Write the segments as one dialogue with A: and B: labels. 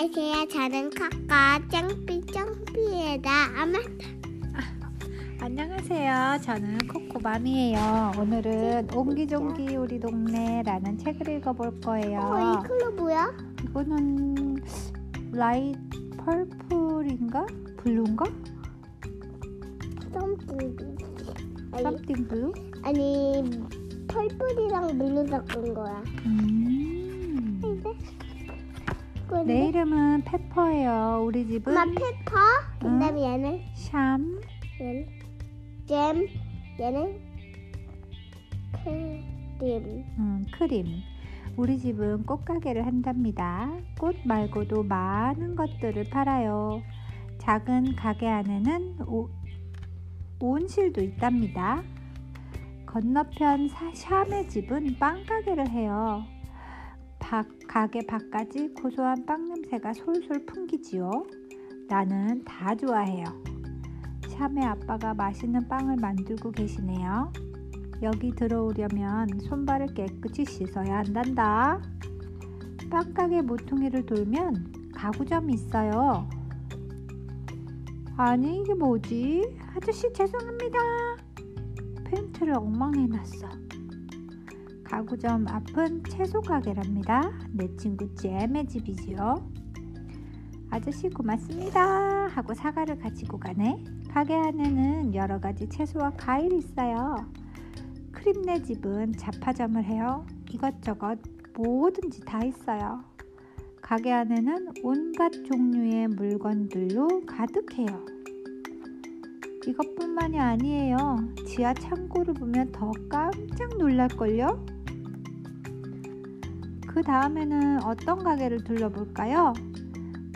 A: 작은 카카 짱삐짱삐에다 아마
B: 안녕하세요. 저는 코코맘이에요. 오늘은 옹기종기 우리 동네라는 책을 읽어볼
A: 어
B: 거예요.
A: 이걸로 뭐야?
B: 이거는 라이 펄플인가? 블루인가?
A: 썸띵 아니,
B: 썸띵 블루?
A: 아니 펄뿔이랑 물로 섞은 거야
B: 음.
A: 근데
B: 내 네.
A: 근데
B: 이름은 페퍼예요. 우리 집은
A: 엄마 페퍼 그다음에 얘는
B: 샴,
A: 얘는 잼 얘는 크림
B: 음, 크림. 우리 집은 꽃가게를 한답니다. 꽃 말고도 많은 것들을 팔아요. 작은 가게 안에는 오- 온실도 있답니다. 건너편 사- 샴의 집은 빵 가게를 해요. 밖- 가게 밖까지 고소한 빵 냄새가 솔솔 풍기지요. 나는 다 좋아해요. 샴의 아빠가 맛있는 빵을 만들고 계시네요. 여기 들어오려면 손발을 깨끗이 씻어야 한단다. 빵가게 모퉁이를 돌면 가구점이 있어요. 아니 이게 뭐지? 아저씨 죄송합니다. 팬트를 엉망해놨어. 가구점 앞은 채소 가게랍니다. 내 친구 잼의 집이지요. 아저씨 고맙습니다. 하고 사과를 가지고 가네. 가게 안에는 여러 가지 채소와 과일이 있어요. 크림네 집은 잡화점을 해요. 이것저것 뭐든지 다 있어요. 가게 안에는 온갖 종류의 물건들로 가득해요. 이것뿐만이 아니에요. 지하 창고를 보면 더 깜짝 놀랄걸요? 그 다음에는 어떤 가게를 둘러볼까요?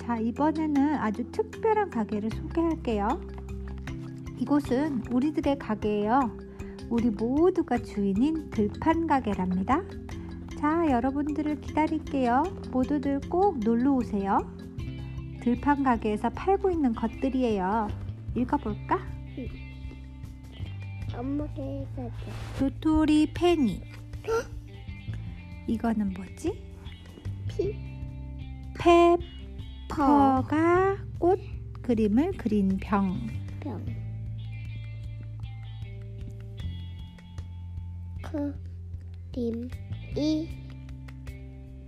B: 자, 이번에는 아주 특별한 가게를 소개할게요. 이곳은 우리들의 가게예요. 우리 모두가 주인인 들판 가게랍니다. 자, 여러분들을 기다릴게요. 모두들 꼭 놀러 오세요. 들판 가게에서 팔고 있는 것들이에요. 읽어볼까?
A: 엄마가 해줬어
B: 도토리 페니. 이거는 뭐지?
A: 피 퍼.
B: 페퍼가 꽃 그림을 그린 병.
A: 병. 그림이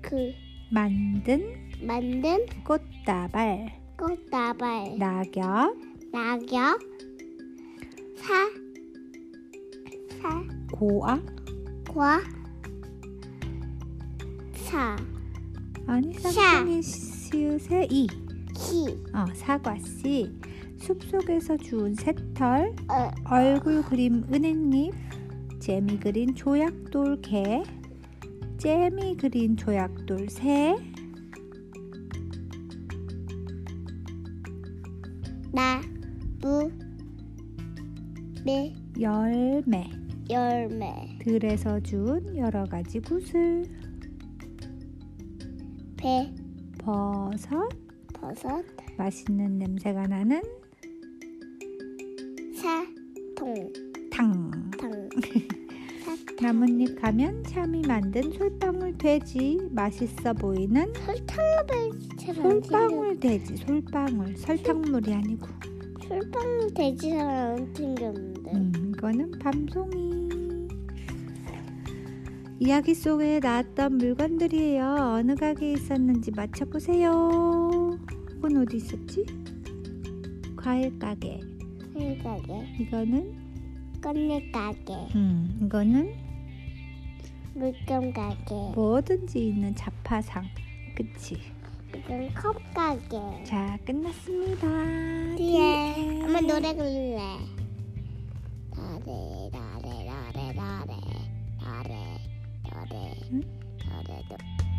A: 그
B: 만든
A: 만든
B: 꽃다발.
A: 꽃다발
B: 낙엽.
A: 낙엽 사
B: 고아.
A: 사과 사
B: 아니,
A: 샤.
B: 삼키니시의 이.
A: 기
B: 어, 사과 씨. 숲속에서 주운 새털,
A: 어,
B: 얼굴 그림 은행잎, 재미 그린 조약돌 개, 재미 그린 조약돌 새,
A: 나무 매
B: 열매,
A: 열매
B: 들에서 주운 여러 가지 구슬,
A: 배
B: 버섯,
A: 버섯
B: 맛있는 냄새가 나는
A: 사통
B: 탕.
A: 당
B: 나뭇잎 가면 샴이 만든 솔방울 돼지,
A: 네,
B: 맛있어 보이는
A: 설탕물처럼
B: 솔방울 돼지, 솔방울, 설탕물이 아니고.
A: 솔방울 돼지처럼 생겼는데
B: 음, 이거는 밤송이. 이야기 속에 나왔던 물건들이에요. 어느 가게에 있었는지 맞춰보세요. 이건 어디 있었지? 과일 가게.
A: 음. 가게
B: 이거는?
A: 껌잎 가게
B: 음, 이거는
A: 물감 가게
B: 뭐든지 있는 자파상. 그치?
A: 이건 컵 가게
B: 자, 끝났습니다.
A: 뒤에 엄마 노래 부를래 나래 나래 나래 나래 나래 나래
B: 응?
A: 나래도